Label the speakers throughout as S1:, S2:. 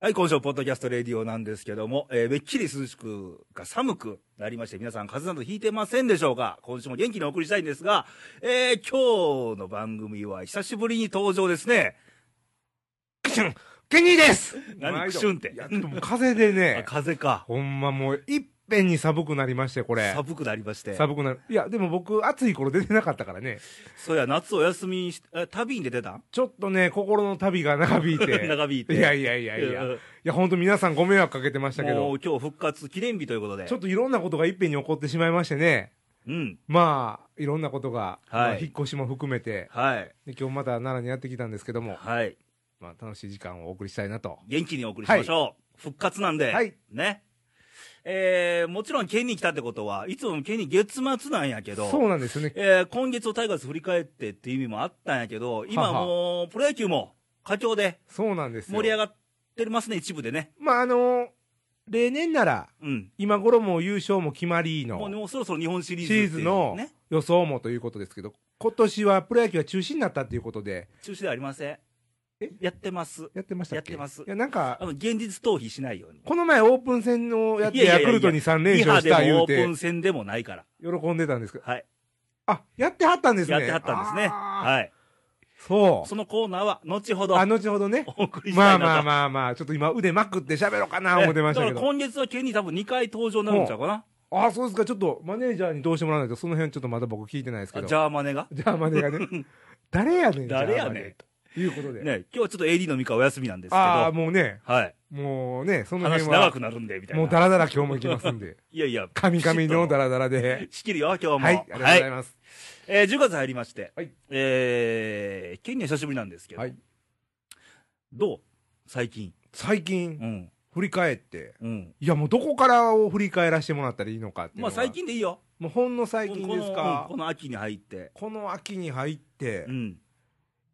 S1: はい、今週のポッドキャストレディオなんですけども、えー、めっきり涼しくか寒くなりまして、皆さん風邪などひいてませんでしょうか今週も元気にお送りしたいんですが、えー、今日の番組は久しぶりに登場ですね。
S2: クシュンケニーです
S1: 何クシュンって。
S2: やっと風でね
S1: 風か。
S2: ほんまもう、いっぺんに寒くなりまして、これ。
S1: 寒くなりまして。
S2: 寒くなる。いや、でも僕、暑い頃出てなかったからね。
S1: そうや、夏お休みし、旅に出てた
S2: ちょっとね、心の旅が長引いて。
S1: 長引いて。
S2: いやいやいやいや。いや、本当皆さんご迷惑かけてましたけど。
S1: もう今日復活記念日ということで。
S2: ちょっといろんなことがいっぺんに起こってしまいましてね。
S1: うん。
S2: まあ、いろんなことが、はい、まあ、引っ越しも含めて。
S1: はい。
S2: で、今日また奈良にやってきたんですけども。
S1: はい。
S2: まあ、楽しい時間をお送りしたいなと。
S1: 元気にお送りしましょう。はい、復活なんで。
S2: はい。
S1: ね。えー、もちろん県に来たってことは、いつも県に月末なんやけど、
S2: そうなんですよね。
S1: えー、今月をタイガース振り返ってっていう意味もあったんやけど、今もう、プロ野球も佳境で、
S2: そうなんです
S1: 盛り上がってますね、一部でね。
S2: まあ、あのー、例年なら、
S1: うん、
S2: 今頃も優勝も決まりの、
S1: もうもうそろそろ日本シリーズ、
S2: ね、シリーズの予想もということですけど、今年はプロ野球は中止になったということで、
S1: 中止ではありません。やってます。
S2: やってました
S1: やってます。い
S2: や、なんか、
S1: あの、現実逃避しないように。
S2: この前オープン戦のやってヤクルトに3連勝した
S1: 言うて。いやオープン戦でもないから。
S2: 喜んでたんですけど。
S1: はい。
S2: あ、やってはったんですね。
S1: やってはったんですね。はい。
S2: そう。
S1: そのコーナーは、後ほど。
S2: あ、後ほどね。
S1: お送り
S2: したいまあまあまあまあ、ちょっと今腕まくって喋ろうかな思ってました けど。
S1: 今月は県に多分2回登場になるんちゃうかな。
S2: ああ、そうですか。ちょっとマネージャーにどうしてもらわないと、その辺ちょっとまだ僕聞いてないですけど。
S1: ジャーマネが
S2: ジャーマネが ね。誰やねん、
S1: 誰やねん。
S2: いうことで。
S1: ね、今日はちょっと AD のみかお休みなんですけど。
S2: ああ、もうね。
S1: はい。
S2: もうね、その辺
S1: は。話長くなるんで、みたいな。
S2: もうダラダラ今日も行きますん で。
S1: いやいや。
S2: カミカミのダラダラで。
S1: 仕切るよ、今日も。
S2: はい、ありがとうございます。
S1: はい、えー、10月入りまして。
S2: はい。
S1: えー、ケニア久しぶりなんですけど。
S2: はい。
S1: どう最近。
S2: 最近。
S1: うん。
S2: 振り返って。
S1: うん。
S2: いや、もうどこからを振り返らせてもらったらいいのかって
S1: まあ最近でいいよ。
S2: もうほんの最近ですか。
S1: この秋に入って。
S2: この秋に入って。
S1: うん。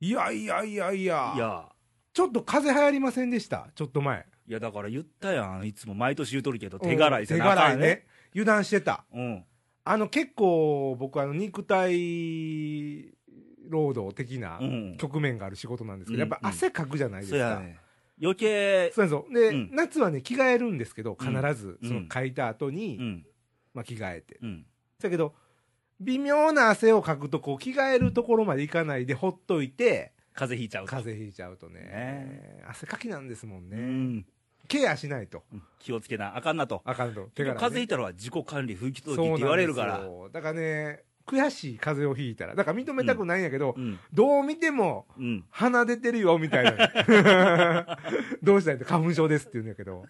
S2: いやいやいやいや。
S1: いや。
S2: ちょっと風邪流行りませんでした、ちょっと前。
S1: いや、だから言ったやん。いつも毎年言うとるけど、手柄いせなあか、
S2: ね、手柄ね。油断してた。
S1: うん。
S2: あの、結構、僕、あの、肉体労働的な局面がある仕事なんですけど、うん、やっぱ汗かくじゃないですか。うんうん、
S1: 余計。
S2: そうそう。で、うん、夏はね、着替えるんですけど、必ず、その、書いた後に、
S1: うん、
S2: まあ、着替えて。
S1: うん。
S2: だけど、微妙な汗をかくとこう着替えるところまでいかないでほっといて
S1: 風邪ひいちゃう
S2: 風邪ひいちゃうとね、ね、汗かきなんですもんね、
S1: うん、
S2: ケアしないと、
S1: うん、気をつけなあかんなと
S2: あかんと
S1: 手から、ね、風邪ひいたら自己管理不行き届きって言われるから
S2: だからね悔しい風邪をひいたらだから認めたくないんやけど、うん、どう見ても、鼻出てるよみたい などうしたいって花粉症ですって言うんやけど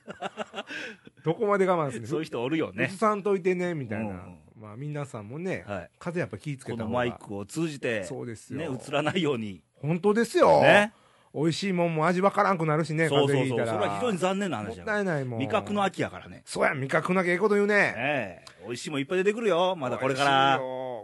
S2: どこまで我慢する、ね、
S1: そういう人おるよね
S2: うつさんといてねみたいな、まあ、皆さんもね、
S1: はい、
S2: 風やっぱ気ぃつけた
S1: マイクを通じて、
S2: そうです
S1: ね、映らないように。
S2: 本当ですよ。
S1: ね。
S2: 美味しいもんも味わからんくなるしね、
S1: そうそうそう
S2: 風邪ひいた
S1: ら。それは非常に残念な話
S2: もったいないもん。
S1: 味覚の秋やからね。
S2: そうや、味覚なきゃええこと言うね。
S1: ええー。美味しいもんいっぱい出てくるよ、まだこれから。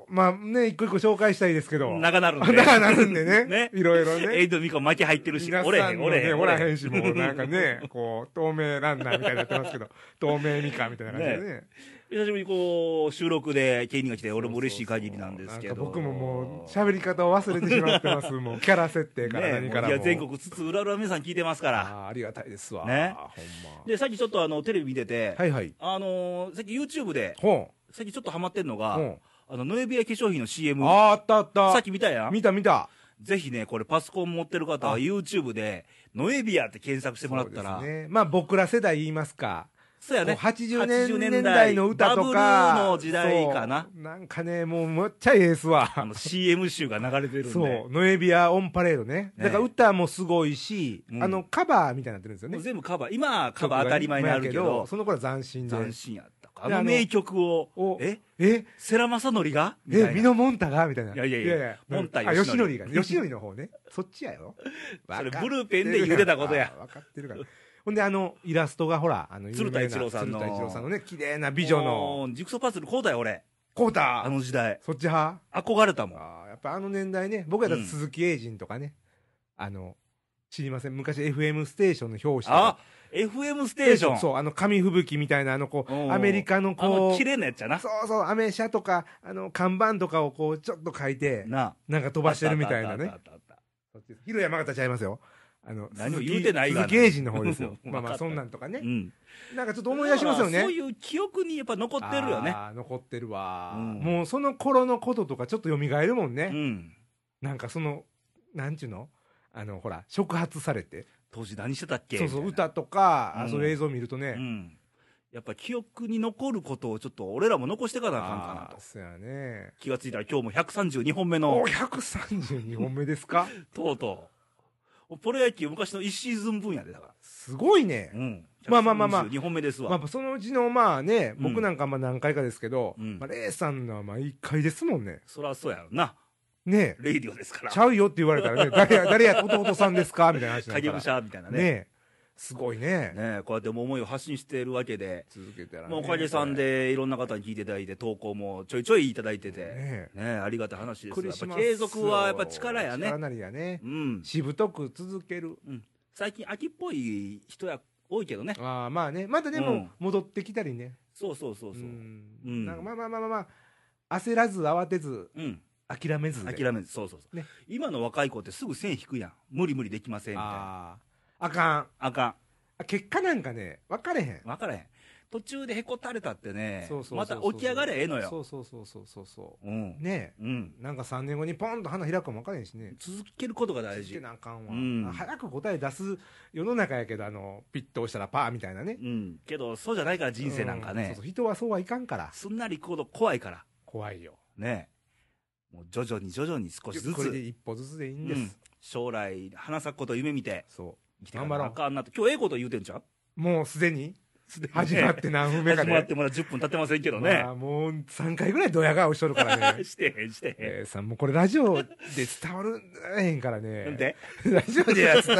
S2: まあね、一個一個紹介したいですけど。
S1: 長な るんで。
S2: 長なるんでね。
S1: ね。
S2: いろいろね。
S1: エイドミコ巻き入ってるし、
S2: ね、
S1: 俺へん、俺へん。
S2: 俺へんし、もうなん かね、こう、透明ランナーみたいになってますけど、透明ミカみたいな感じでね。ね
S1: 久しぶりこう、収録でケイニーが来て、俺も嬉しい限りなんですけど。そう
S2: そうそう僕ももう、喋り方を忘れてしまっ てます。もう、キャラ設定から何か
S1: も。
S2: ら
S1: ね、いや、全国つつ、裏裏皆さん聞いてますから。
S2: あありがたいですわ。
S1: ね。
S2: ほんま。
S1: で、さっきちょっとあの、テレビ見てて、
S2: はいはい。
S1: あのー、さっき YouTube で、
S2: ほ
S1: う。さっきちょっとハマってんのが、
S2: ほう。
S1: あの、ノエビア化粧品の CM。
S2: ああ、あったあった。
S1: さっき見たやん
S2: 見た見た。
S1: ぜひね、これパソコン持ってる方は YouTube で、ノエビアって検索してもらったら。
S2: ね。まあ僕ら世代言いますか。
S1: そうやね。
S2: 80年代の歌と
S1: バ
S2: か。
S1: ブルの時代かな。
S2: なんかね、もうむっちゃええすわ。
S1: あの CM 集が流れてるんで。
S2: そう。ノエビアオンパレードね。だから歌もすごいし、ね、あのカバーみたいになってるんですよね。
S1: 全部カバー。今カバー当たり前になるけど。
S2: その頃は斬新
S1: で。斬新やった。あの名曲を。
S2: ええ
S1: 世良正則が
S2: え美濃もんたがみたいな。
S1: いやいやいや。もんた
S2: よしのりが。よしのりの方ね。そっちやよ。
S1: それブルーペンで言うてたことや。
S2: 分かってるから。ほんで、あの、イラストがほら、あの、
S1: 鶴田一郎さん
S2: の。鶴田一郎さんのね、綺麗な美女の。
S1: ジクソパズル、こうだよ、俺。
S2: こうだ
S1: あの時代。
S2: そっち派
S1: 憧れたもん。
S2: ああ、やっぱあの年代ね。僕やったら鈴木英人とかね。うん、あの、知りません。昔 FM ステーションの表紙
S1: あ FM ステーション
S2: そう、あの、紙吹雪みたいな、あの、こう、アメリカのこ
S1: う。綺麗なやつやな。
S2: そうそう、アメ車とか、あの、看板とかをこう、ちょっと書いて、
S1: な
S2: なんか飛ばしてるみたいなね。ひろやまがたちゃいますよ。あの、
S1: 何を言うてないが
S2: 鈴
S1: な。
S2: 木英二の方ですよ
S1: うん
S2: まあま
S1: わかっ
S2: あ、
S1: た
S2: そんなんとかね
S1: う。ん。
S2: なんかちょっと思い出しますよ
S1: だからそ
S2: ね
S1: う。いう記憶にやっぱ残ってるよね。
S2: あー残ってるわ、
S1: うん
S2: もうその頃のこととかちょっと蘇るもんね
S1: う。ん。
S2: なんかその、なんちゅうのあの、ほら、触発されて。
S1: 当時何してたっけ
S2: そうそう、
S1: みたい
S2: 歌とか、あ
S1: うん
S2: そういう映像見ると
S1: なう
S2: ね。
S1: ん。やっぱ記憶に残ることをちょっと俺らも残していかなあかんか
S2: あ
S1: な
S2: あ
S1: と
S2: ー、。そうやね。
S1: 気がついたら今日も132本目の
S2: お、132本目ですか
S1: とうとう。プロ野球昔の1シーズン分やで、だから。
S2: すごいね
S1: う。ん。
S2: まあまあまあまあ
S1: 2本目ですわ。
S2: まあ、そのうちの、まあね、
S1: うん
S2: 僕なんかまあ何回かですけど、
S1: うん
S2: まあ、レイさんのは毎回ですもんね。
S1: そらそうやろな。
S2: ね
S1: レイディオですから
S2: え、ち。ゃうよって言われたらね、 誰や、誰や、弟さんですかみたいな話になる
S1: 影武
S2: から。
S1: 者みたいな
S2: ね
S1: ね。
S2: え、すごいね。
S1: ねこうやってもう思いを発信しているわけで。
S2: 続けたら、ね。
S1: まあ、おかげさんでいろんな方に聞いていただいて、投稿もちょいちょいいただいてて、ね
S2: ねえ。
S1: ありがたい話です
S2: び
S1: が、
S2: っくり
S1: やっ
S2: し
S1: ぱ
S2: ますよ
S1: 継続はやっぱ力やね
S2: 力、なりやね。
S1: うん、
S2: しぶとく続ける。
S1: 最近、秋っぽい人や多いけどね、
S2: ああ、まあね。またで
S1: う
S2: も
S1: ん、
S2: 戻ってきたりね。
S1: そうそうそう
S2: う
S1: そう、うん、
S2: んなんかまあまあまあまあまあ、焦らず、慌てず、諦めずで。
S1: 諦めず、そうそうそう、
S2: ね
S1: 今の若い子ってすぐ線引くやん、無理無理できませんみたいな、
S2: ああ。あかん。
S1: あか
S2: あ結果なんかね、分かれへん
S1: ん、。分からへん、途中でへこたれたってね
S2: そう、そうそう
S1: ま
S2: そ
S1: た
S2: う
S1: 起き上がれええのよ、
S2: そうそうそうそうそうそ
S1: うん
S2: う。、ね
S1: うん
S2: え、なんか3年後にポンと花開くかも分かれへんしね。
S1: 続けることが大
S2: 続け
S1: 事、
S2: なあかんわ、
S1: うん
S2: 早く答え出す世の中やけど、あの、ピッと押したらパーみたいなね
S1: う。ん、けど、そうじゃないから、人生なんか
S2: うそう
S1: ね
S2: そ、う人はそうはいかんから。
S1: すんなりいくほど怖いから。
S2: 怖いよ。
S1: ねもう徐々に徐々に少しず
S2: これで
S1: つ、
S2: 一歩ずつでいいん
S1: う
S2: です。
S1: ん将来花咲くことを夢見て
S2: そ
S1: 生きていかな
S2: 頑張ろう
S1: あかんなと今日ええこと言うてんちゃう
S2: う。もうすで
S1: でに
S2: に
S1: ね
S2: 始まって何分目か
S1: 始
S2: ね。
S1: まってまだ10分経ってませんけどね。
S2: まあ、もう3回ぐらいドヤ顔しとるから ね
S1: してへんしてへん、
S2: えー、さんもうこれラジオで伝わるへんからね。
S1: なんで
S2: ラジオでは伝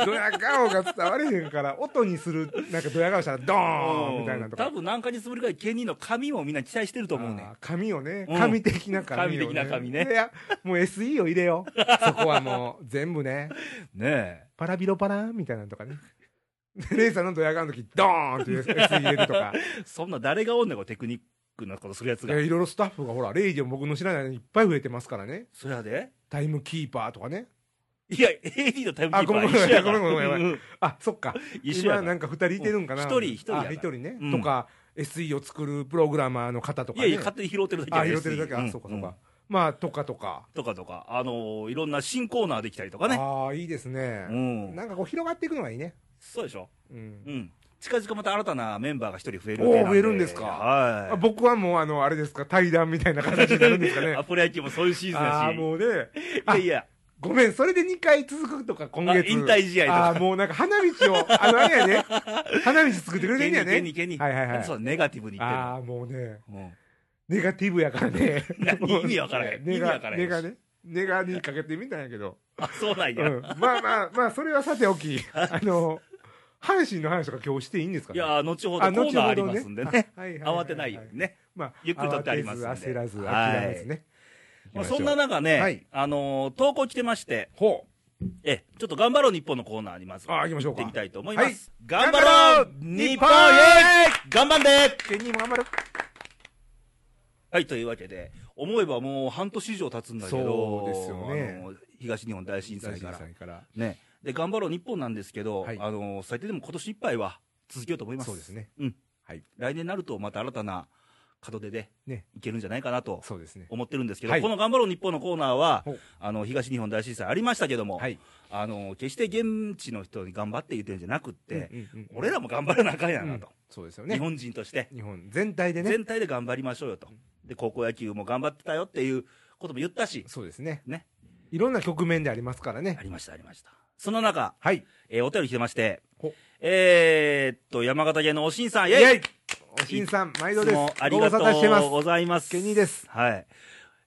S2: え、ドヤ顔が伝われへんから、音にする、なんかドヤ顔したらドーンみたいなとか。
S1: 多分何ヶ月ぶりかにケニーの髪もみんな期待してると思うね
S2: あー紙をね、
S1: うん
S2: 紙的な紙を、ね。
S1: 紙的な紙ね
S2: いや、もう SE を入れよう。そこはもう、全部ね。
S1: ね
S2: パラビロパラーンみたいなのとかね。でレイさんのドヤ顔の時、ドーンっていう SE 入れるとか。
S1: えそんな誰がおんねんこうテクニックなことするやつ
S2: い
S1: が
S2: や、いろいろスタッフがほら、レイジオ僕の知らないのにいっぱい増えてますからね。
S1: そやで
S2: タイムキーパーとかね。
S1: いや AD のタイムキーパー
S2: あごめん
S1: 一緒やから
S2: ごめんごめんごめん
S1: うん
S2: あ、そっか。
S1: 一緒やか
S2: 今
S1: ら
S2: なんか二人いてるんかな。
S1: うん一人一人や
S2: あ
S1: から
S2: 一人ね。
S1: うん
S2: とか、SE を作るプログラマーの方と
S1: い
S2: か
S1: や
S2: ね。
S1: いや勝手に拾ってるだけや
S2: あ、
S1: で
S2: 拾ってるだけ。
S1: う
S2: あ、
S1: ん
S2: そうかそう
S1: うん
S2: か。まあ、とかとか。
S1: とかとかあのーいろんな新コーナーできたりとかね
S2: ああ、いいですね
S1: う。ん
S2: なんかこう広がっていくのがいいね。
S1: そうでしょ
S2: うん
S1: うん。近々また新たなメンバーが一人増える
S2: お
S1: 予
S2: ー
S1: 定なんで
S2: 増えるんですか
S1: はい。
S2: あ僕はもう、あの、あれですか、対談みたいな形になるんで すかね。
S1: アプロ野球もそういうシーズン
S2: ああ、
S1: や
S2: もうね、
S1: し。い
S2: あ
S1: やいや、
S2: ごめん、それで2回続くとか、今月。
S1: あ引退試合とか
S2: ああ、もうなんか花道を、あの、あれやね、花道作ってくれてんねやね。
S1: ケニーケニーケニー
S2: はいはいはい。
S1: そう、ネガティブに言ってる
S2: ああ、もうね、
S1: うん。
S2: ネガティブやからね。
S1: 何意味わからへん
S2: もうね
S1: 意
S2: ネ
S1: 味わ
S2: ガ
S1: からへんし
S2: ネガね。ネガにかけてみたんやけど。
S1: あ、そうなん
S2: う
S1: や。
S2: ん。まあまあまあ、それはさてお き、あの、阪神の話とか今日していいんですか
S1: い
S2: ね
S1: や、後ほどコ
S2: あ
S1: ー
S2: 後ほどね
S1: ナーありますんでね。
S2: あはいはいはいは
S1: 慌
S2: い
S1: てないようにね。
S2: まあ、
S1: ゆっくりとってありますんで
S2: 慌てず焦らず、諦めずね。
S1: まあ、
S2: 行きしょ
S1: そ
S2: うん
S1: な中
S2: は
S1: ね
S2: い、
S1: あのー、投稿来てまして、
S2: ほう。
S1: え、ちょっと頑張ろう日本のコーナーにまず。
S2: あ行きましょうか
S1: 行ってみたいと思います。
S2: はい
S1: 頑張ろう日本へ頑張んで
S2: ケニーも頑張る。
S1: はい、というわけで、思えばもう半年以上経つんだけど、
S2: そうですよね
S1: あの東日本大震災から。
S2: から。
S1: ね。で、頑張ろう日本なんですけど、
S2: はい
S1: あの、最低でも今年いっぱいは続けようと思います。
S2: そうですね。
S1: うん。
S2: はい。
S1: 来年になるとまた新たな門出で、
S2: ね
S1: いけるんじゃないかなと
S2: そうですね。
S1: 思ってるんですけど、
S2: はい
S1: この頑張ろう日本のコーナーは
S2: ほう、
S1: あの、東日本大震災ありましたけども、
S2: はい。
S1: あの、決して現地の人に頑張って言ってるんじゃなくって、
S2: うんうんうん
S1: 俺らも頑張らなあかんやなと。
S2: そうですよ
S1: 日
S2: ね。日本
S1: 本人として。
S2: 全体でね。
S1: 全体で頑張りましょうよと、で高校野球も頑張ってたよっていうことも言ったし、
S2: そうですね。
S1: ね、
S2: いろんな局面でありますからね
S1: あ。りました、ありました、その中、
S2: はい。
S1: えーお便り来てまして
S2: ほ、
S1: えー、っと、山形県のおしんさん、イ
S2: イ
S1: ェイ
S2: イおしんさん、毎
S1: い
S2: 度
S1: つ
S2: です。
S1: もありがと
S2: ご無沙汰してま
S1: うご
S2: す。
S1: ざいます。
S2: ケニーです。
S1: はい。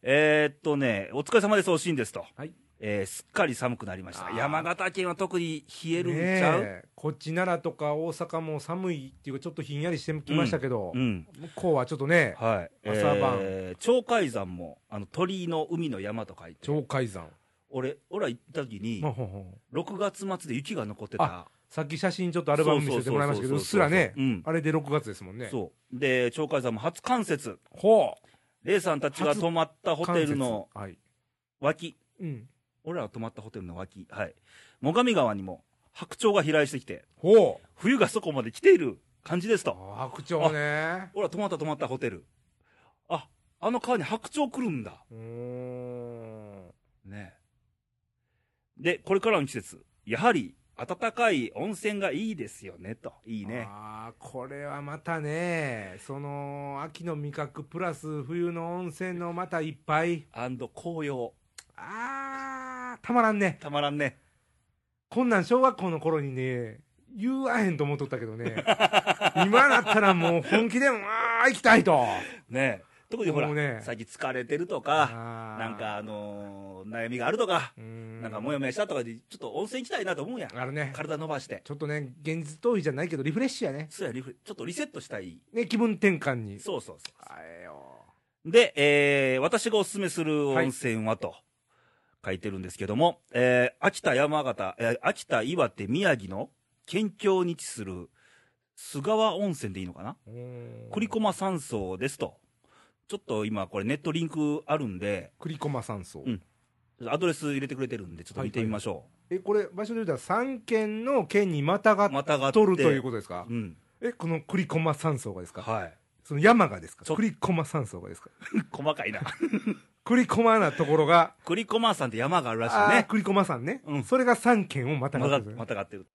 S1: えー、っとね、お疲れ様です、おしんですと、
S2: はい
S1: えーすっかり寒くなりまし
S2: あ
S1: た、
S2: ー
S1: 山形県は特に冷えるんちゃう、
S2: ねえこっち奈良とか大阪も寒いっていうか、ちょっとひんやりしてきましたけど
S1: う、ん
S2: 向こうはちょっとね、
S1: はい
S2: 朝晩
S1: えー鳥海山もあの鳥居の海の山と書いて、
S2: 鳥海山。
S1: 俺、俺ら行った時に
S2: ま、あほんほん
S1: 6月末で雪が残ってた
S2: あ、さっき写真ちょっとアルバム見せてもらいましたけど、うっすらね
S1: う、ん
S2: あれで6月ですもんね。
S1: そうで鳥海山も初冠雪
S2: ほ
S1: レイさんたちが泊まった
S2: う。
S1: ホテルの
S2: 関節。はい。
S1: 脇
S2: うん。
S1: 俺らが泊まったホテルの脇、はい。最上川にも白鳥が飛来してきて、
S2: ほう
S1: 冬がそこまで来ている感じですと。
S2: あ白鳥ね
S1: 俺ら泊まった泊まったホテル。あ、あの川に白鳥来るんだ。
S2: うーん
S1: ねで、これからの季節、やはり暖かい温泉がいいですよね、と。いいね。
S2: ああこれはまたねその秋の味覚プラス冬の温泉のまたいっぱい
S1: アンド紅葉。
S2: あーたまらんね
S1: たまらんね。
S2: こんなん小学校の頃にね言わへんと思っとったけ どね今だったらもう本気でうわー行きたいと
S1: ね特にほら、
S2: もうね
S1: 最近疲れてるとか、な
S2: なん
S1: かあのー悩みがあるとか、
S2: な
S1: なんかもやもやしたとかで、ちょっと温泉行きたいなと思うやん。
S2: あるね
S1: 体伸ばして。
S2: ちょっとね現実逃避じゃないけどリフレッシュやね
S1: そうや、リフちょっとリセットしたい。
S2: ね気分転換に
S1: そうそうそ
S2: あええよ
S1: う。で、えー、私がおすすめする温泉はと書いてるんですけども、えー、秋田山形、えー、秋田岩手宮城の県境に位置する菅川温泉でいいのかな栗駒山荘ですと。ちょっと今これネットリンクあるんで、
S2: 栗駒山荘、
S1: うんアドレス入れてくれてるんで、ちょっと見てみましょう。
S2: えこれ場所で言うたら3県の県にまたがっ
S1: またがって
S2: とるということですか
S1: うん。
S2: えこの栗駒山荘がですか
S1: はい。
S2: その山がです
S1: ちょ
S2: か栗駒山荘がですか
S1: 細かいな。
S2: 栗駒なところが
S1: 栗駒さんって山があるらしい
S2: あー
S1: ね。
S2: 栗駒山ね、
S1: うん
S2: それが3県をまた
S1: また
S2: がってる
S1: またがってる。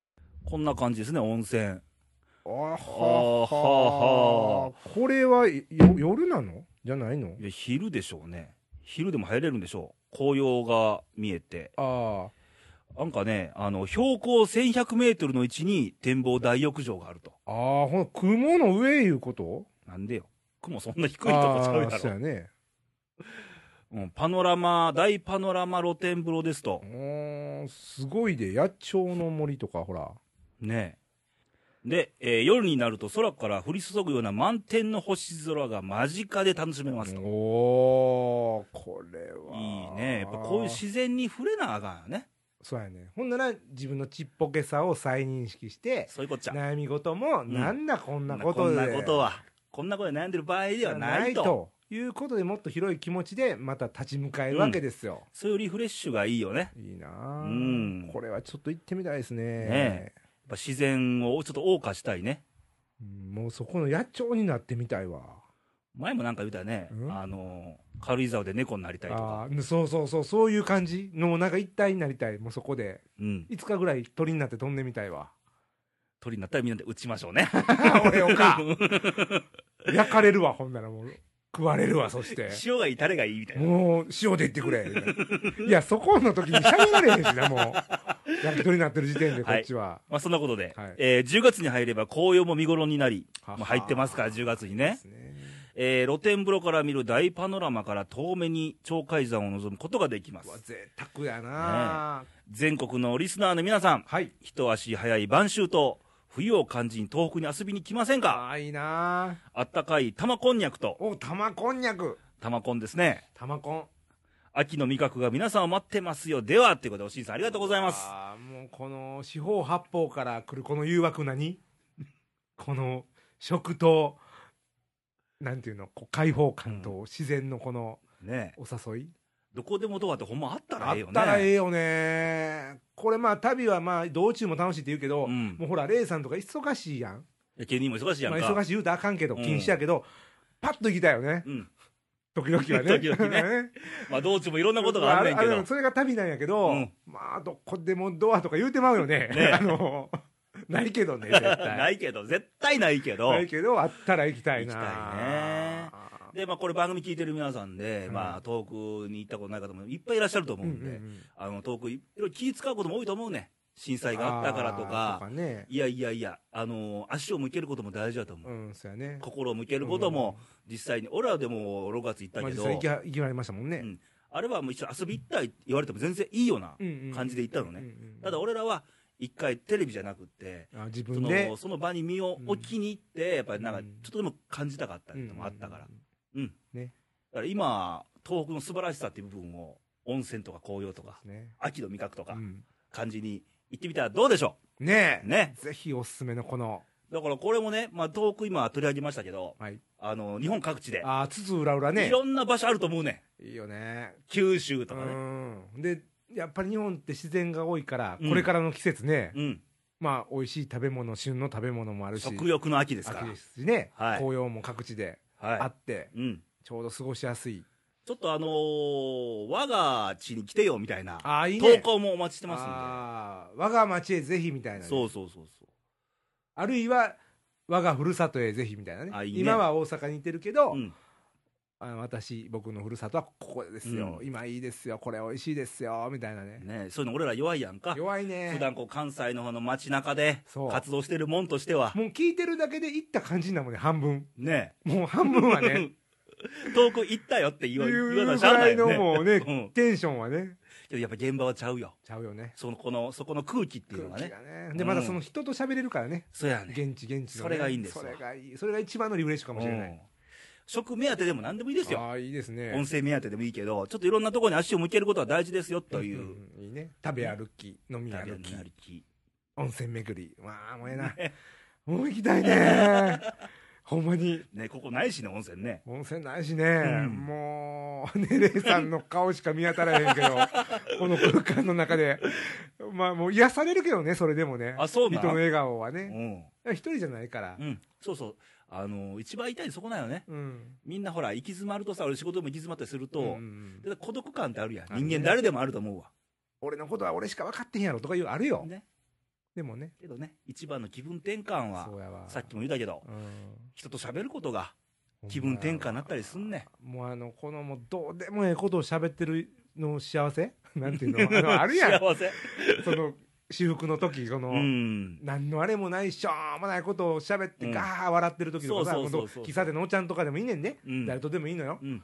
S1: こんな感じですね、温泉。
S2: あーは
S1: はあは
S2: あこれはよ夜なのじゃないの
S1: いや、昼でしょうね。昼でも入れるんでしょう。紅葉が見えて。
S2: ああ
S1: なんかね、あの、標高1100メートルの位置に展望大浴場があると。
S2: ああほん雲の上いうこと
S1: なんでよ。雲そんな低いとこちゃうや
S2: あーそう
S1: ろ。
S2: やね
S1: うん、パノラマ、大パノラマ露天風呂ですと
S2: う。ーんすごいで野鳥の森とかほら
S1: ねえ。で、えー夜になると空から降り注ぐような満天の星空が間近で楽しめますと。
S2: おおこれはい
S1: いね。やっぱこういう自然に触れなあかんよね。
S2: そうやねほんなら自分のちっぽけさを再認識して
S1: そういうこっちゃ。
S2: 悩み事も
S1: ん
S2: なんだこんなことで、
S1: こんなことは、こんなことで悩んでる場合ではないと。
S2: いうことでもっと広い気持ちでまた立ち向かえるわけですよ、
S1: そういうリフレッシュがいいよね。やっ
S2: いいな
S1: う
S2: ぁ
S1: ん
S2: これはちょっと行ってみたいですね
S1: ねぱ自然をちょっと謳歌したいね。
S2: うんもうそこの野鳥になってみたいわ
S1: 前もなんか言うたね、
S2: うん
S1: あのー、軽井沢で猫になりたいとか。
S2: あーそうそうそうそういう感じのなんか一体になりたいもうそこで
S1: うん。
S2: いつかぐらい鳥になって飛んでみたいわ
S1: 鳥になったらみんなで撃ちましょうね。
S2: 俺よか 焼かれるわほんならもう食われるわそして
S1: 塩がいい、タレがいいみたいな。
S2: もう塩で言ってくれいやそこの時に喋られへんしなもう 焼き鳥になってる時点でこっちは、
S1: まあそんなことで、
S2: はい
S1: えー10月に入れば紅葉も見頃になり、
S2: はは
S1: もう入ってますから、10月にね
S2: で。すね
S1: えー露天風呂から見る大パノラマから遠目に鳥海山を望むことができま
S2: う
S1: す
S2: わ。贅沢やな、
S1: 全国のリスナーの皆さん、
S2: はい
S1: 一足早い晩秋と、冬を感じに東北に遊びに来ませんか
S2: ああいいな
S1: あったかい玉こんにゃくと、
S2: お玉こんにゃく
S1: 玉こんですね。
S2: 玉こん
S1: 秋の味覚が皆さんを待ってますよ。では、ということで、おしんさんありがとうございます。
S2: あーもうこの四方八方から来るこの誘惑何 この食となんていうのこう開放感と自然のこの
S1: ねえ
S2: お誘い、
S1: どこでもドアってほんまあったら
S2: あ
S1: ええよ
S2: っ
S1: ね。
S2: たらええよねこれまあ旅はまあ道中も楽しいって言うけど、
S1: うん
S2: もうほらレイさんとか忙しいやん
S1: え。芸人も忙しいやんか。
S2: まあ、忙しい言うたらあかんけど
S1: うん
S2: 禁止やけど、パッと行きたいよね
S1: うん。
S2: 時々はね
S1: 時々ね まあ、道中もいろんなことがあんねんけ
S2: あ
S1: ど
S2: あ。それが旅 なんやけど、
S1: うん
S2: まあどこでもドアとか言うてまうよね
S1: ね
S2: あのないけどね絶対
S1: ないけど、絶対ないけど。
S2: ないけど、あったら行きたいな。
S1: 行きたいねで、まあ、これ番組聞いてる皆さんで、まあ、遠くに行ったことない方もいっぱいいらっしゃると思
S2: う
S1: うん
S2: うん
S1: で、
S2: ん。
S1: あの、遠くいろいろ気使うことも多いと思うね。震災があったからと
S2: あー
S1: か、
S2: ね。
S1: いやいやいや、あの、足を向けることも大事だと思う。
S2: うん、そうやね。
S1: 心を向けることも、実際に、俺らでも6月行った
S2: まあ
S1: け
S2: 実
S1: ど、
S2: 際行きは行きはりましたもん
S1: う
S2: ね。
S1: んあれはもう一緒に遊び行ったいって言われても全然いいような
S2: うんうん
S1: 感じで行ったのね。
S2: うんうん
S1: ただ俺らは、一回テレビじゃなくって、
S2: あ自
S1: そ
S2: 分で
S1: の、。その場に身を置きに行って、やっぱりなんか、
S2: う
S1: ちょ
S2: ん
S1: っとでも感じたかった
S2: う
S1: り
S2: ん
S1: ともあったから。だ。
S2: ね。
S1: から今、東北の素晴らしさっていう部分を、温泉とか紅葉とか、
S2: ね。
S1: 秋の味覚とか
S2: う、ん
S1: 感じに行ってみたらどうでしょ
S2: ね
S1: うね。
S2: え。ぜひおすすめのこの、
S1: だからこれもね、まあ、遠く今取り上げましたけど、
S2: はい。
S1: あの、日本各地で、
S2: ああ、つつうらうらね
S1: い。ろんな場所あると思うねん。
S2: いいよね。
S1: 九州
S2: う
S1: とかね。
S2: ん。で、やっぱり日本って自然が多いから、
S1: うん
S2: これからの季節ね、
S1: うん、
S2: まあ、美味しい食べ物、旬の食べ物もあるし、
S1: 食欲の秋ですから
S2: 秋ですしね、
S1: はい
S2: 紅葉も各地であ
S1: は
S2: って、
S1: い、うん、
S2: ちょうど過ごしやすい。
S1: ちょっとあのー我が地に来てよみたいな
S2: ああ、いいね。
S1: 投稿もお待ちしてま
S2: あー我が町へぜひみたいな
S1: すん
S2: ね、
S1: で、そうそうそうそう、
S2: あるいは、我がふるさとへぜひみたいなね。
S1: あいいね
S2: 今は大阪にいてるけど、
S1: うん
S2: あの私、僕のふるさとはここですよ、
S1: うん
S2: 今いいですよ、これ美味しいですよ、みたいなね。
S1: ね、そういうの俺ら弱いやんか、
S2: 弱いね
S1: 普。段こう関西の方の街中で
S2: そう
S1: 活動してるもんとしては、
S2: もう聞いてるだけで行った感じなもんね、半分。
S1: ね、
S2: もう半分はね。
S1: 遠く行ったよって言わ
S2: いう
S1: 言わな
S2: ぐ
S1: しゃあな
S2: ら
S1: い
S2: い
S1: よ
S2: の
S1: ね。
S2: もうね、
S1: うん
S2: テンションはね、
S1: けどやっぱ現場はちゃうよ。
S2: ちゃうよね。
S1: そのこのそこの空気っていうのが
S2: 空気
S1: ね。
S2: がね。で、まだその人と喋れるからね。
S1: そうやね。
S2: 現地、現地のね
S1: それがいいんですよ
S2: それがいい。それが一番のリフレッシュかもしれな
S1: う
S2: い
S1: ん。食目当てでも何でもいいですよ。
S2: ああ、いいですね。。
S1: 温泉目当てでもいいけど、ちょっといろんなところに足を向けることは大事ですよといううん
S2: うんいいね。食べ歩き、飲み
S1: 旅
S2: 歩き、
S1: の歩き。
S2: 温泉巡り。わあ、もうええな。もう行きたいね。ほんまに。
S1: ね、ここないしね、温泉ね。
S2: 温泉ないしね、
S1: ん
S2: もう、ねれさんの顔しか見当たら へんけど、この空間の中で、まあもう癒されるけどね、それでもね、
S1: あそうなん
S2: 人の笑顔は
S1: う
S2: ね、
S1: ん。
S2: 一人じゃないから
S1: う、ん。そうそう。あの、一番痛いのそこなよね。
S2: うん、
S1: みんなほら、行き詰まるとさ、俺仕事でも行き詰まったりすると、
S2: うん
S1: で孤独感ってあるや
S2: あ
S1: ん。
S2: るね
S1: 人間誰でもあると思うわ。
S2: 俺のことは俺しか分かってへんやろとかいう、あるよ、
S1: ね。
S2: でもね、
S1: けどね、一番の気分転換は
S2: そ、うやわ、
S1: さっきも言ったけど、
S2: うん
S1: 人と喋ることが気分転換になったりすんねん。
S2: もうあの、このもうどうでもええことを喋ってるの 幸せなんていうの、あ のあるやん、
S1: 幸せ。
S2: その、私服の時その、
S1: うん。
S2: 何のあれもないしょうもないことを喋って
S1: うん
S2: ガー笑ってる時とかさ、
S1: そうそう
S2: 今
S1: そう
S2: 度
S1: そう
S2: 喫茶店のおっちゃんとかでもいいねんね、
S1: うん
S2: 誰とでもいいのよ、
S1: うん。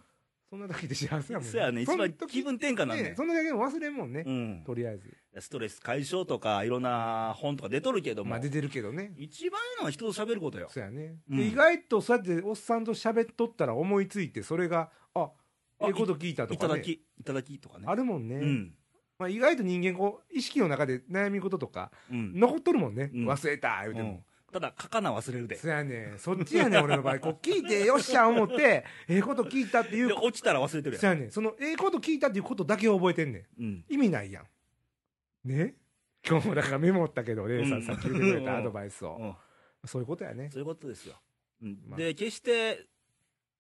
S2: そんな時で幸せやもん
S1: そうやね。一番
S2: そん時
S1: 気分転換なん
S2: ね
S1: ね
S2: そんなだけでも忘れんもんね、
S1: うん。
S2: とりあえず
S1: ストレス解消とか、いろんな本とか出とるけども、
S2: まあ出てるけどね
S1: 一番いいのは人と喋ることよ。
S2: そうやね、
S1: うん
S2: で意外とそうやっておっさんと喋っとったら思いついてそれがあええこと聞いたと
S1: いた
S2: か、
S1: だ
S2: ね、
S1: き、いただきとかね。
S2: あるもんね、
S1: うん。
S2: まあ、意外と人間こう意識の中で悩み事とか
S1: うん。
S2: 残っとるもんね、
S1: うん
S2: 忘れた言
S1: う
S2: うても、
S1: んただ、書かな忘れるで。
S2: そやねそっちやね俺の場合こう聞いてよっしゃ思ってええこと聞いたっていう
S1: で、落ちたら忘れてる
S2: そ
S1: やん。
S2: やねんそのええこと聞いたっていうことだけを覚えてんね
S1: うん。
S2: ん意味ないやんね今日もだからメモったけどレイさ
S1: うんん
S2: さっき言ってくれ
S1: う
S2: た
S1: ん
S2: アドバイスを、
S1: うん
S2: そういうことやね
S1: そういうことですよ。うん
S2: まあ
S1: で、決して、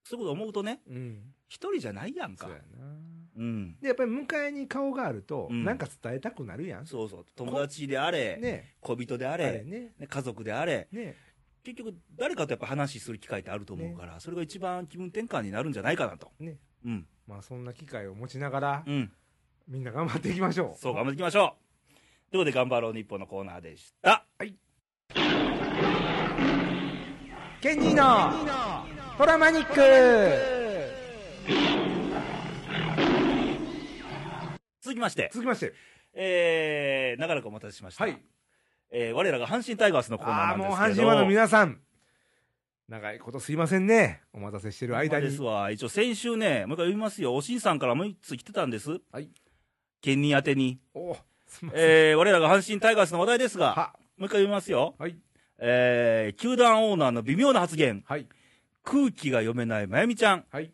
S1: そういうこと思うとね、
S2: うん
S1: 一人じゃないやんか
S2: そうや。な
S1: うん。
S2: でやっぱり迎えに顔があると、
S1: うん
S2: なんか伝えたくなるやん
S1: そうそう。友達であれ、
S2: ね
S1: 恋人であ
S2: あれ
S1: れ、
S2: ね
S1: ね家族であれ、
S2: ね
S1: 結局、誰かとやっぱ話する機会ってあると思うから、それが一番気分転換になるんじゃないかなと。
S2: ね
S1: うん。
S2: まあそんな機会を持ちながら、
S1: うん。
S2: みんな頑張っていきましょう
S1: そう、頑張っていきましょう。ということで、頑張ろう日本のコーナーでした。
S2: ケニーのトラマニック
S1: 続きまして、
S2: 続きまして
S1: えー、長らくお待たせしました。
S2: はい。
S1: えー、我らが阪神タイガースのコー
S2: あ
S1: ナ
S2: あ
S1: ー
S2: ーもう
S1: なん
S2: 阪
S1: ですけど。
S2: 神ファンの皆さん長いことすいませんねお待たせしてる間
S1: 間
S2: に
S1: ですわ。一応先週ね、もう一回読みますよ。おしんさんからもう一つ来てたんです。
S2: はい。
S1: 県人宛てに。
S2: おすいません、
S1: えー、我らが阪神タイガースの話題ですが、
S2: は
S1: もう一回読みますよ。
S2: はい
S1: えー、球団オーナーの微妙な発言。
S2: はい
S1: 空気が読めないまゆみちゃん。
S2: はい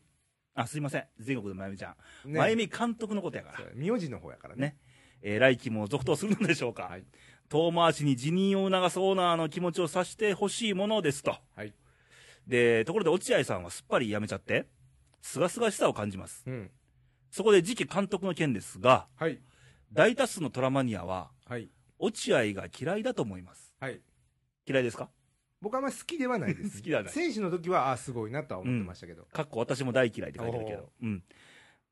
S1: あ、すいません。全国のまゆみちゃん。
S2: ね
S1: まゆみ監督のことやから
S2: そう。名字の方やからね
S1: ねえー来期も続投するのでしょうか。
S2: はい
S1: 遠回しに辞任を促すオーナーの気持ちを察してほしいものですと。
S2: はい
S1: で、ところで落合さんはすっぱり辞めちゃって、すがすがしさを感じます。
S2: うん
S1: そこで次期監督の件ですが、
S2: はい
S1: 大多数のトラマニアは、
S2: はい
S1: 落合が嫌いだと思います。
S2: はい
S1: 嫌いですか
S2: 僕はあんまり好きではないです
S1: 好きではない
S2: 選手の時はああすごいなとは思ってましたけど、
S1: かっこ私も大嫌いって書いてあるけ
S2: おー
S1: ど。うん。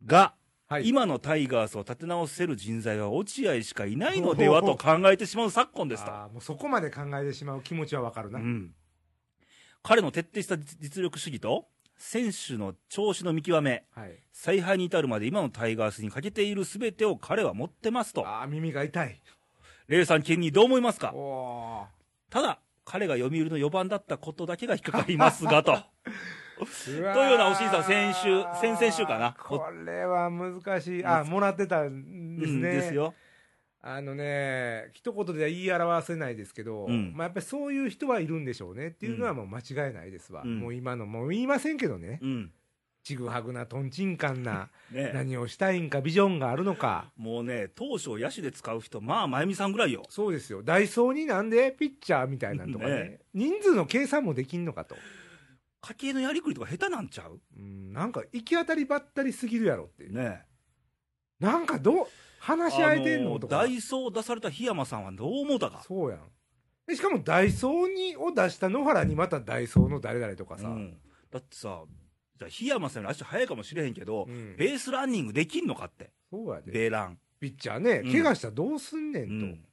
S1: が、
S2: はい
S1: 今のタイガースを立て直せる人材は落合しかいないのではと考えてしまう昨今ですと。
S2: あーもうそこまで考えてしまう気持ちはわかるな、
S1: うん、彼の徹底した実実力主義と選手の調子の見極め
S2: はい
S1: 采配に至るまで今のタイガースに欠けている全てを彼は持ってますと
S2: ああ耳が痛い
S1: レイさん県にどう思いますか
S2: おお
S1: ただ彼が読売の4番だったことだけが引っかかりますがと
S2: というわー
S1: というようなおしんさん先週先々週かな
S2: これは難しいあもらってたん で
S1: う
S2: す
S1: ん
S2: ね、
S1: ですよ
S2: あのね一言では言い表せないですけど、
S1: うん
S2: まあ、やっぱりそういう人はいるんでしょうねっていうのはもう間違いないですわ、
S1: うん
S2: もう今のもう言いませんけどね、
S1: うん
S2: ちぐはぐなとんちんかん な、
S1: ね
S2: 何をしたいんかビジョンがあるのか
S1: もうね、当初、野手で使う人、まあ、まゆみさんぐらいよ。
S2: そうですよダイソーになんでピッチャーみたいなんとかね
S1: ね
S2: 人数の計算もできんのかと
S1: 家計のやりくりとか下手なんちゃう
S2: うんなんか行き当たりばったりすぎるやろっていう、
S1: ね
S2: なんかどう話し合えてんの
S1: あ
S2: とか
S1: ダイソーを出された檜山さんはどう思うたか。
S2: そうやんでしかもダイソーにを出した野原にまたダイソーの誰々とかさ、
S1: うんだってさ、じゃあ檜山さんより足早いかもしれへんけど、
S2: うん
S1: ベースランニングできんのかって、
S2: そうやで
S1: ベーラン。
S2: ピッチャーね
S1: うん
S2: 怪我したらどうすんねん
S1: う
S2: と、
S1: ん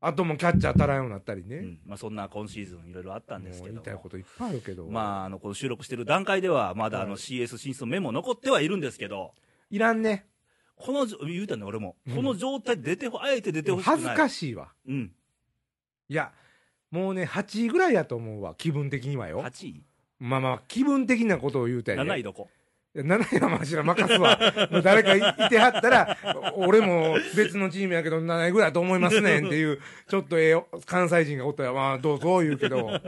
S2: あともうキャッチャー足らんようになったりね、
S1: うんまあ、そんな今シーズンいろいろあったんですけ
S2: も
S1: ど
S2: う言いたいこといっぱいあるけど、
S1: まあ、あのこの収録してる段階では、まだあの
S2: はい
S1: CS 進出のメモ残ってはいるんですけど、
S2: いらんね
S1: このじょ、言うたね、俺も
S2: う。ん
S1: この状態で出てほ、あえて出てほしくない。
S2: 恥ずかしいわ
S1: うん。
S2: いやもうね8位ぐらいやと思うわ気分的にはよ
S1: 8位
S2: まあまあ気分的なことを言うたやね
S1: ?7 位どこ
S2: 7位はましら任すわ もう誰かいいてはったら俺も別のチームやけど7位ぐらいやと思いますねんっていうちょっとええよ関西人がおったらまあどうぞ言うけど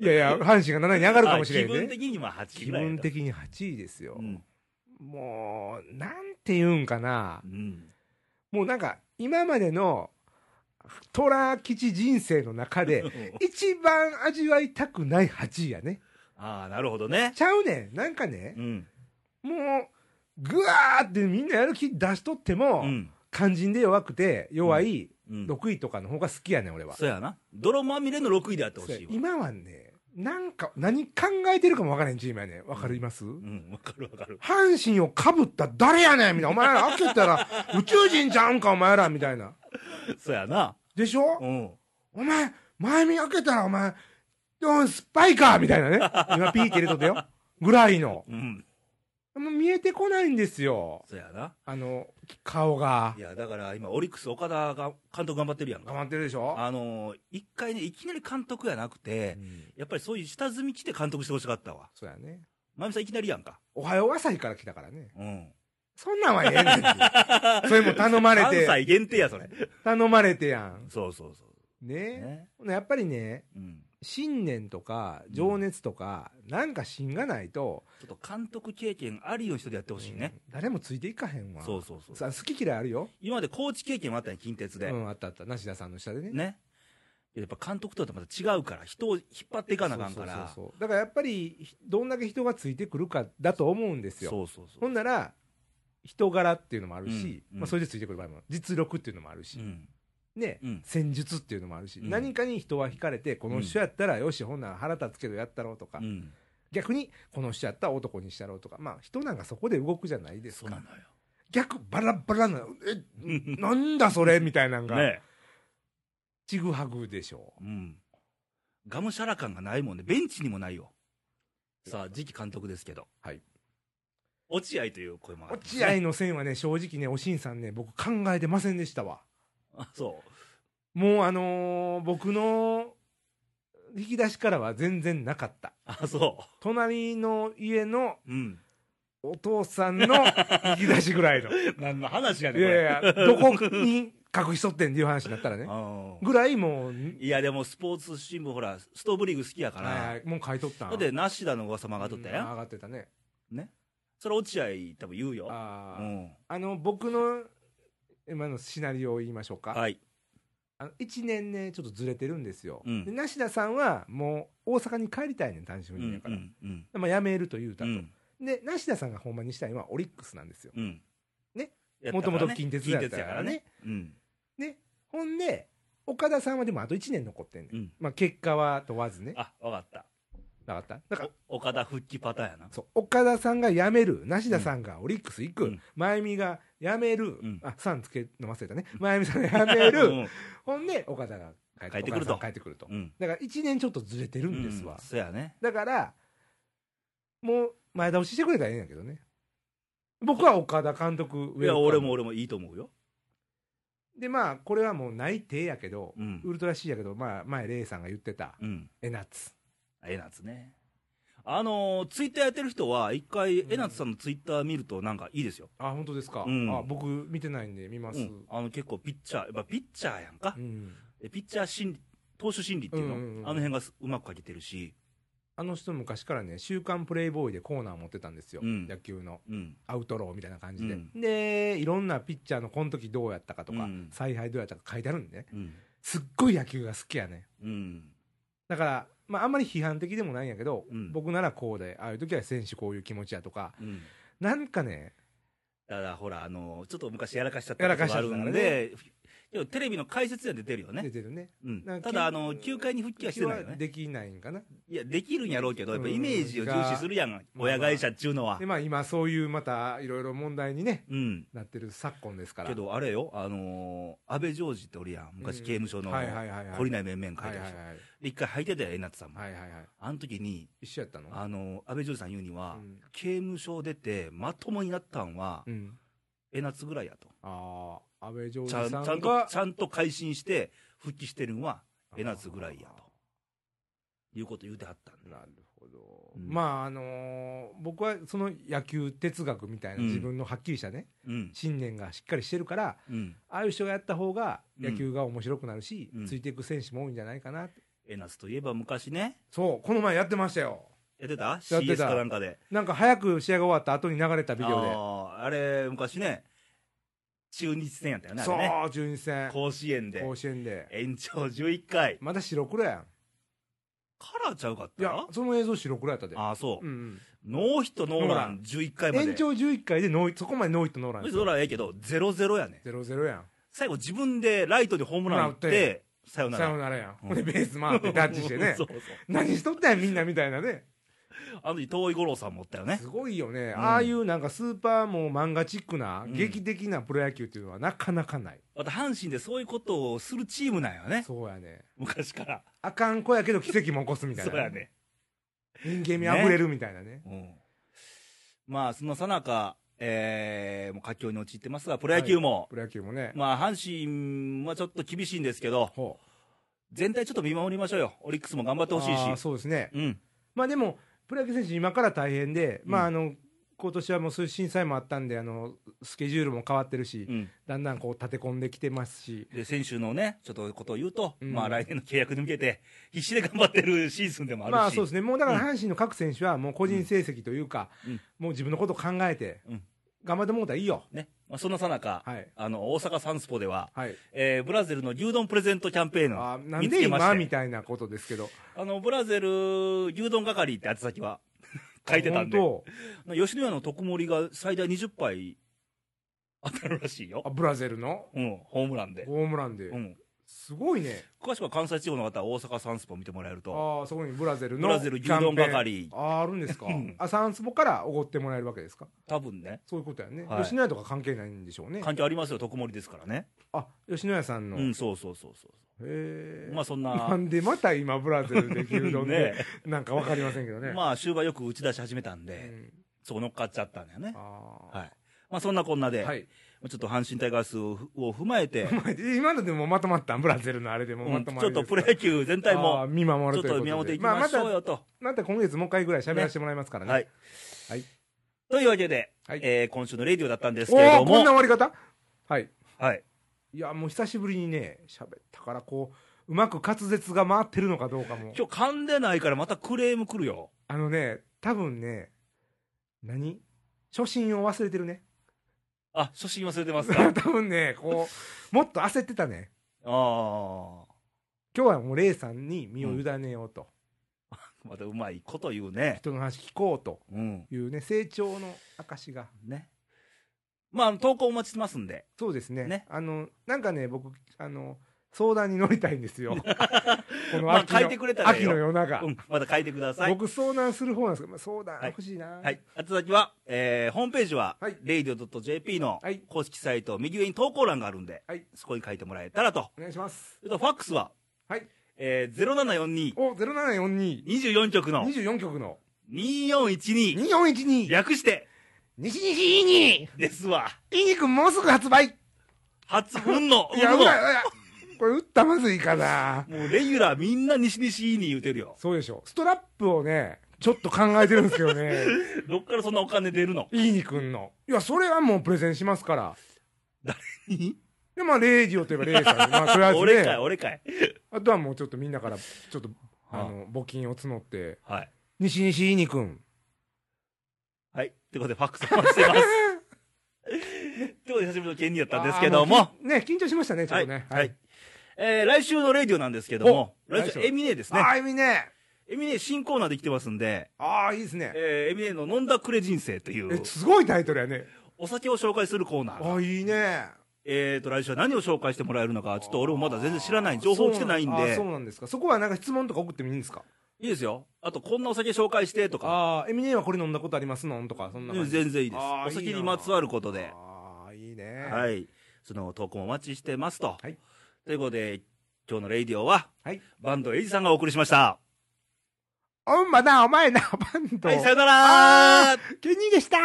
S2: いやいや阪神が7位に上がるかもしれん
S1: あ気分
S2: ね
S1: 的には8位
S2: 気
S1: ぐらいや
S2: 分
S1: と。
S2: 的に8位ですよ、
S1: うん。
S2: もうなんて言うんかな
S1: うん。
S2: もうなんか、今までの、虎吉人生の中で、一番味わいたくない8位やね。
S1: ああ、なるほどね。
S2: ちゃうねん。なんかね
S1: う、ん。
S2: もう、ぐわーってみんなやる気出しとっても、
S1: うん。
S2: 肝心で弱くて、弱い
S1: うん。
S2: 6位とかの方が好きやねん、俺は。
S1: そうやな。泥まみれの6位であってほしいわ。
S2: 今はね、なんか、何考えてるかもわからへんチームやねん。わかります、
S1: うん、わかるわかる。
S2: 阪神をかぶった誰やねんみたいな。お前ら開け たら宇宙人じゃうんか、お前らみたいな。
S1: そうやな。
S2: でしょ、
S1: うん。
S2: お前、前見開けたらお前、おいスパイかみたいなね。今ピーって入れとったよ。ぐらいの。
S1: うん。
S2: もう見えてこないんですよ。
S1: そうやな。
S2: あの、顔が
S1: い。や、だから今、オリックス岡田が、監督頑張ってるやん
S2: 頑
S1: か。
S2: 張ってるでしょ
S1: あのー、一回ね、いきなり監督やなく
S2: う
S1: て、
S2: ん
S1: やっぱりそういう下積み来て監督してほしかったわ。
S2: そうやね。
S1: まゆみさんいきなりやんか。
S2: おはよう朝日から来たからね。
S1: うん。
S2: そんなんはええねん って。それも頼まれ
S1: 関
S2: て、
S1: 西限定や、それ。
S2: 頼まれてやん。
S1: そうそうそ
S2: ね
S1: う。ね。
S2: やっぱりね、
S1: うん。
S2: 信念とか情熱とか、なんか芯がないと、
S1: ちょっと監督経験ありの人でやってほしいね。
S2: うん誰もついていかへんわ。
S1: そうそうそう。
S2: さ好き嫌いあるよ。
S1: 今までコーチ経験もあったんや近鉄
S2: う
S1: で。
S2: ん、あったあった。梨田さんの下でね。
S1: ね。やっぱ監督とはまた違うから、人を引っ張っていかなあかんか
S2: そう
S1: ら。
S2: そうそうそうだからやっぱりひどんだけ人がついてくるかだと思うんですよ
S1: そうそうそ
S2: ほ
S1: う。
S2: んなら人柄っていうのもあるし、
S1: うんうん
S2: まあ、それでついてくる場合も実力っていうのもあるし、
S1: うん。
S2: ね、
S1: うん
S2: 戦術っていうのもあるし、
S1: うん
S2: 何かに人は惹かれてこの人やったらよし、ほんなら腹立つけどやったろうとか、
S1: うん。
S2: 逆にこの人やったら男にしたろうとかまあ人なんかそこで動くじゃないです
S1: そう
S2: か
S1: なのよ。
S2: 逆バラバラなえなんだそれみたいなのが
S1: ね
S2: ちぐはぐでしょ
S1: うん。がむしゃら感がないもんね。ベンチにもないよ。さあ、次期監督ですけど。
S2: はい。
S1: 落合という声もある、
S2: 落合の線はね正直ねおしんさんね僕考えてませんでしたわ
S1: あ、そ
S2: もうあのー僕の引き出しからは全然なかった。
S1: う。あ、そ
S2: 隣の家の
S1: う。うん。
S2: お父さんの引き出しぐらいの。い
S1: 何の話やねん、これ。
S2: やいや、どこに隠しとってんっていう話になった らね。
S1: うん
S2: ぐらいもう、
S1: いや、でもスポーツ新聞、ほら、ストーブリーグ好きやから、
S2: はいはいもう買いとったん。
S1: だって、ナシダの噂も上がっとったや
S2: うん
S1: ん。
S2: 上がってたね。
S1: それ、落合、多分言うよ。う
S2: あー
S1: ん。
S2: あの、僕の今のシナリオを言いましょうか。
S1: はい。
S2: あの1年ね、ちょっとずれてるんですよ。
S1: うん
S2: で梨田さんはもう大阪に帰りたいねん、単身
S1: う
S2: 赴任や
S1: ん。
S2: か
S1: う
S2: ら。
S1: ん。うん。
S2: まあ、辞めると言うた
S1: う
S2: と。
S1: ん。
S2: で、梨田さんがほんまにしたいのはオリックスなんですよ。
S1: うん。
S2: ね
S1: やった
S2: も
S1: からね。
S2: ともと近鉄だった
S1: 近
S2: からね。。
S1: うん。
S2: ほんで、岡田さんはでもあと1年残ってんね、。
S1: うんん。
S2: まあ結果は問わずね。
S1: あ、わかった。
S2: なかっただから、
S1: お岡田復帰パターンやな。
S2: そう、岡田さんが辞める、梨田さんがオリックス行
S1: う
S2: く
S1: ん、
S2: 真由美が辞める
S1: うん、
S2: あ、さんつけ、飲ませたね。真由美さんが辞める、
S1: うん
S2: ほんで、岡田が
S1: 帰ってくると
S2: 岡田さんが帰ってくると
S1: う。ん。
S2: だから1年ちょっとずれてるんです
S1: う
S2: わ。
S1: そうやね。
S2: だから、もう前倒ししてくれたらええんやけどね。僕は岡田監督、
S1: いや、俺も。俺もいいと思うよ。
S2: で、まあ、これはもう内定やけど、
S1: うん。
S2: ウルトラ C やけど、まあ、前、レイさんが言ってた、
S1: うん。
S2: えなつ。
S1: えなつね。あのー、ツイッターやってる人は、一回、
S2: うん
S1: えなつさんのツイッター見ると、なんかいいですよ。
S2: あ、本当ですか。
S1: うん
S2: あ僕、見てないんで、見ます。
S1: う
S2: うんん。。
S1: あの、結構、ピッチャー、やっぱピッチャーやんか。えピッチャー心理、投手心理っていうの、
S2: うんうんう
S1: あ
S2: ん
S1: の辺がすうまく書けてるし、
S2: あの人昔からね、週刊プレイボーイでコーナー持ってたんですよ。
S1: うん
S2: 野球の
S1: うん。
S2: アウトローみたいな感じで。
S1: うん
S2: で、いろんなピッチャーのこの時どうやったかとか、
S1: うん
S2: 采配どうやったか書いてあるんでね。
S1: うん。
S2: すっごい野球が好きやね。
S1: うん。
S2: だから、まああんまり批判的でもないんやけど、
S1: うん
S2: 僕ならこうで、ああいう時は選手こういう気持ちやとか、
S1: うん。
S2: なんかね、
S1: だからほら、あのちょっと昔やらかしちゃっ
S2: や
S1: た
S2: ら
S1: こ
S2: か
S1: と
S2: し
S1: があ
S2: ちゃった
S1: る
S2: からね
S1: んで、でもテレビの解説では出てるよ
S2: 出
S1: ね。
S2: てるね。
S1: うん
S2: なんか
S1: ただ、あ
S2: 球
S1: の、球界に復帰はしてないよね。
S2: できないんかな。
S1: いや、できるんやろうけど、やっぱイメージを重視するやん、
S2: うん
S1: 親会社っちゅうのは
S2: で、。まあ今そういうまたいろいろ問題にね、
S1: うん。
S2: なってる昨今ですから。
S1: けど、あれよ、あのー安倍ジョージっておるやん、昔
S2: うん
S1: 刑務所の、
S2: はいはいはいはい。
S1: 懲りない面々書
S2: はいい
S1: て
S2: は
S1: る
S2: い
S1: 人
S2: はい。
S1: で一回履いてたよ、えなつさんも。
S2: はいはいはい。
S1: あの時に、
S2: 一緒やったの
S1: あの安倍ジョージさん言うには、
S2: うん
S1: 刑務所を出て、まともになったんは、
S2: うん。
S1: えなつぐらいやと。
S2: ああ、安倍上
S1: ちゃん
S2: 司
S1: ち
S2: さん
S1: ゃんと
S2: が、、
S1: ちゃんと改心して、復帰してるんは、えなつぐらいやと。いうこと言うてはったんだ。
S2: なるほど。
S1: うん
S2: まあ、あのー僕はその野球哲学みたいな
S1: うん
S2: 自分のはっきりしたね、
S1: うん。
S2: 信念がしっかりしてるから、
S1: うん。
S2: ああいう人がやった方が
S1: うん
S2: 野球が面白くなるし、
S1: うん
S2: ついていく選手も多いんじゃないかな。
S1: えなつといえば昔ね、
S2: そう、この前やってましたよ。
S1: やってた
S2: てた
S1: ?CS かなんかで。
S2: なんか早く試合が終わった後に流れたビデオで。
S1: あーあれ、昔ね、中日戦やったよね、あ
S2: そ
S1: れね。
S2: う、中日戦、
S1: 甲子園で
S2: 甲、子園で。
S1: 延長11回。
S2: まだ白黒や
S1: カラーちゃうかっ
S2: ん。い
S1: た
S2: や、その映像白黒やったで。
S1: ああ、そう
S2: う。ん
S1: ノーヒットノーラン11回
S2: うん、
S1: まで。
S2: 延長11回でノーそこまでノーヒットノーラン
S1: 別にそらええけど、0-0やね。
S2: ゼロゼロやん。
S1: 最後自分でライトにホームラン打って、さよな
S2: さよ
S1: ら。
S2: ならやん。
S1: うん
S2: ほんで、ベース回ってダッチしてね
S1: そ。うそう。
S2: 何しとったんや、みんなみたいなね。
S1: あの時、遠い五郎さんもおったよね
S2: す。ごいよね。
S1: うん
S2: ああいうなんかスーパーもう漫画チックな、
S1: うん
S2: 劇的なプロ野球っていうのはなかなかない。
S1: また阪神でそういうことをするチームなんよね。
S2: そうやね。
S1: 昔から。
S2: あかん子やけど奇跡も起こすみたいな。
S1: そうやね。。
S2: 人間味あふれるみたいなね。
S1: うん。まあ、そのさなか、えー、もう佳境に陥ってますが、プロ野球も、
S2: プロ野球もね。
S1: まあ、阪神はちょっと厳しいんですけど、
S2: ほう。
S1: 全体ちょっと見守りましょうよ。オリックスも頑張ってほしい
S2: あー
S1: し。
S2: そうですね。
S1: うん。
S2: まあでも、プロ野球選手今から大変で、
S1: うん
S2: まああの、今年はもうそういう震災もあったんで、あの、スケジュールも変わってるし、
S1: うん。
S2: だんだんこう立て込んできてますし、
S1: で、先週のね、ちょっとことを言うと、
S2: うん
S1: まあ来年の契約に向けて、必死で頑張ってるシーズンでもあるし。
S2: まあそうですね、もうだから
S1: う
S2: 阪神の各選手はもう個人成績というか、
S1: うん
S2: もう自分のことを考えて
S1: うん、
S2: 頑張ってもうたらいいよ。
S1: ね。まあそんなさなか、
S2: はい。
S1: あの、大阪サンスポでは、
S2: はい。
S1: えー、ブラゼルの牛丼プレゼントキャンペーン
S2: あ
S1: を
S2: な
S1: 見
S2: ん
S1: つ
S2: で
S1: けま
S2: 今
S1: し
S2: み
S1: て、
S2: たいなことですけど。
S1: あの、ブラゼル牛丼係って宛先は 書いてたんで、
S2: 本
S1: 吉野家の特盛りが最大20杯当たるらしいよ
S2: 当。あ、ブラゼルの
S1: うん、ホームランで。
S2: ホームランで
S1: う。ん。
S2: すごいね。
S1: 詳しくは関西地方の方は大阪サンスポ見てもらえると、
S2: ああ、そこにブラゼル
S1: ブ
S2: の。
S1: ラゼル牛丼係
S2: ああー、あるんですか
S1: うん。
S2: あ、サンスポからおごってもらえるわけですか
S1: 多分ね、
S2: そういうことやね。
S1: はい
S2: 吉野家とか関係ないんでしょうね。
S1: 関係ありますよ、特盛りですからね。
S2: あ、吉野家さんの。
S1: う
S2: へ
S1: ん、そうそうそうそう。
S2: え。
S1: まあそん
S2: な
S1: な、
S2: んでまた今ブラゼルで牛 丼
S1: ね
S2: で、なんかわかりませんけどね。
S1: まあ終盤よく打ち出し始めたん
S2: う
S1: で、
S2: ん
S1: そこ乗っかっちゃったんだよね。
S2: あ
S1: はい。まあそんなこんな
S2: ー
S1: で、
S2: はい。
S1: ちょっと阪神タイガースを踏まえて、
S2: まあ 今のでもまとまったんブラゼルのあれでも
S1: う
S2: ま
S1: んち
S2: とま
S1: ょ
S2: り
S1: っ
S2: で
S1: と
S2: すか
S1: プロ野球全体
S2: あー
S1: も、
S2: 見守
S1: ち
S2: る
S1: ょっ
S2: ということとで
S1: 見守っていき
S2: まあ
S1: ま
S2: ま
S1: しょう
S2: た
S1: よと。
S2: また今月もう一回ぐらい喋らせてもらいますからね。
S1: はい。
S2: はい。
S1: というわけで、
S2: はい
S1: えー今週のレディオだったんです
S2: お
S1: けれ
S2: ー
S1: ど
S2: こんな
S1: も、
S2: 終わり方はい。
S1: はい。
S2: いや、もう久しぶりにね、喋ったから、こう、うまく滑舌が回ってるのかどうかも。
S1: 今日噛んでないからまたクレーム来るよ。
S2: あのね、多分ね、何初心を忘れて るね。
S1: あ、初心忘れてますか
S2: 多分ね、こう、もっと焦ってたね。
S1: ああ。
S2: 今日はもうレイさんに身を委ねようと、
S1: またうまいこと言うね。
S2: 人の話聞こうと
S1: うん。
S2: いうね、成長の証が。
S1: ね。まあ、投稿お待ちしてますんで。
S2: そうですね。
S1: ね
S2: あの、なんかね、僕、あの、相談に乗りたいん ですよ。この
S1: まあ、
S2: 秋の
S1: 書いてくれたらいい
S2: 秋の
S1: よ。
S2: 夜長。
S1: うん。また書いてください。
S2: 僕相談する方なんですけど、まあ、相談
S1: はい
S2: 欲しいな、
S1: はい。あと先は、えー、ホームページは、
S2: はい
S1: radio.jp の
S2: はい
S1: 公式サイト、右上に投稿欄があるんで、
S2: はい
S1: そこに書いてもらえたらと。
S2: お願いします。
S1: それと、ファックスは、
S2: はい。
S1: えー、
S2: お、0742。
S1: 0742-24局の
S2: 24曲の
S1: 2412、
S2: 2412
S1: 略して、
S2: 西西いいに
S1: ですわ。
S2: いいにくんもうすぐ発売
S1: 初分の、
S2: いや、
S1: 運
S2: う
S1: の
S2: わ、うわこれ打ったまずいかな
S1: もうレギュラーみんな西西に言うてるよ。
S2: そうでしょ。ストラップをね、ちょっと考えてるんですけど ね。
S1: どっからそんなお金出るの
S2: いいにくんの。いや、それはもうプレゼンしますから。
S1: いい
S2: で、まあ、レイジオといえばレイさん。まあ、とりあえず
S1: 俺かい、
S2: ね。
S1: 俺かい。
S2: あとはもうちょっとみんなから、ちょっと、あ
S1: はあ
S2: の、募金を募って、
S1: はい。
S2: 西西いにくん。
S1: はい。ということで、ファックスお待ちしています。ということで、久しぶりの県にやったんですけども。
S2: ね、緊張しましたね、ちょっとね。
S1: はい。はい。えー、来週のレディオなんですけども、
S2: お
S1: 来週、
S2: 来週
S1: エミネですね。
S2: あー、いいね。
S1: エミネ新コーナーできてますんで、
S2: ああ、いいですね。
S1: えー、エミネの飲んだくれ人生とい
S2: え
S1: う、、
S2: すごいタイトルやね。
S1: お酒を紹介するコーナーが
S2: ああ、いいね。
S1: えーと、来週は何を紹介してもらえるのか、ちょっと俺もまだ全然知らない、情報来てないん
S2: あー
S1: で
S2: そう、なんですか。そこはなんか質問とか送ってもいいんですか
S1: いいですよ。あと、こんなお酒紹介してとか、
S2: ああ、エミネはこれ飲んだことありますのんとか、そんな
S1: うん
S2: 感じ。
S1: 全然いいです。
S2: あー
S1: お酒にまつわることで、
S2: ああ、いいね。。
S1: はいい。その投稿もお待ちしてますと。
S2: はい
S1: ということで、今日のレイディオは、
S2: はい。
S1: バンドエイジさんがお送りしました。
S2: おんまな、お前な、バンド。
S1: はい、さよなら
S2: あーケニーでした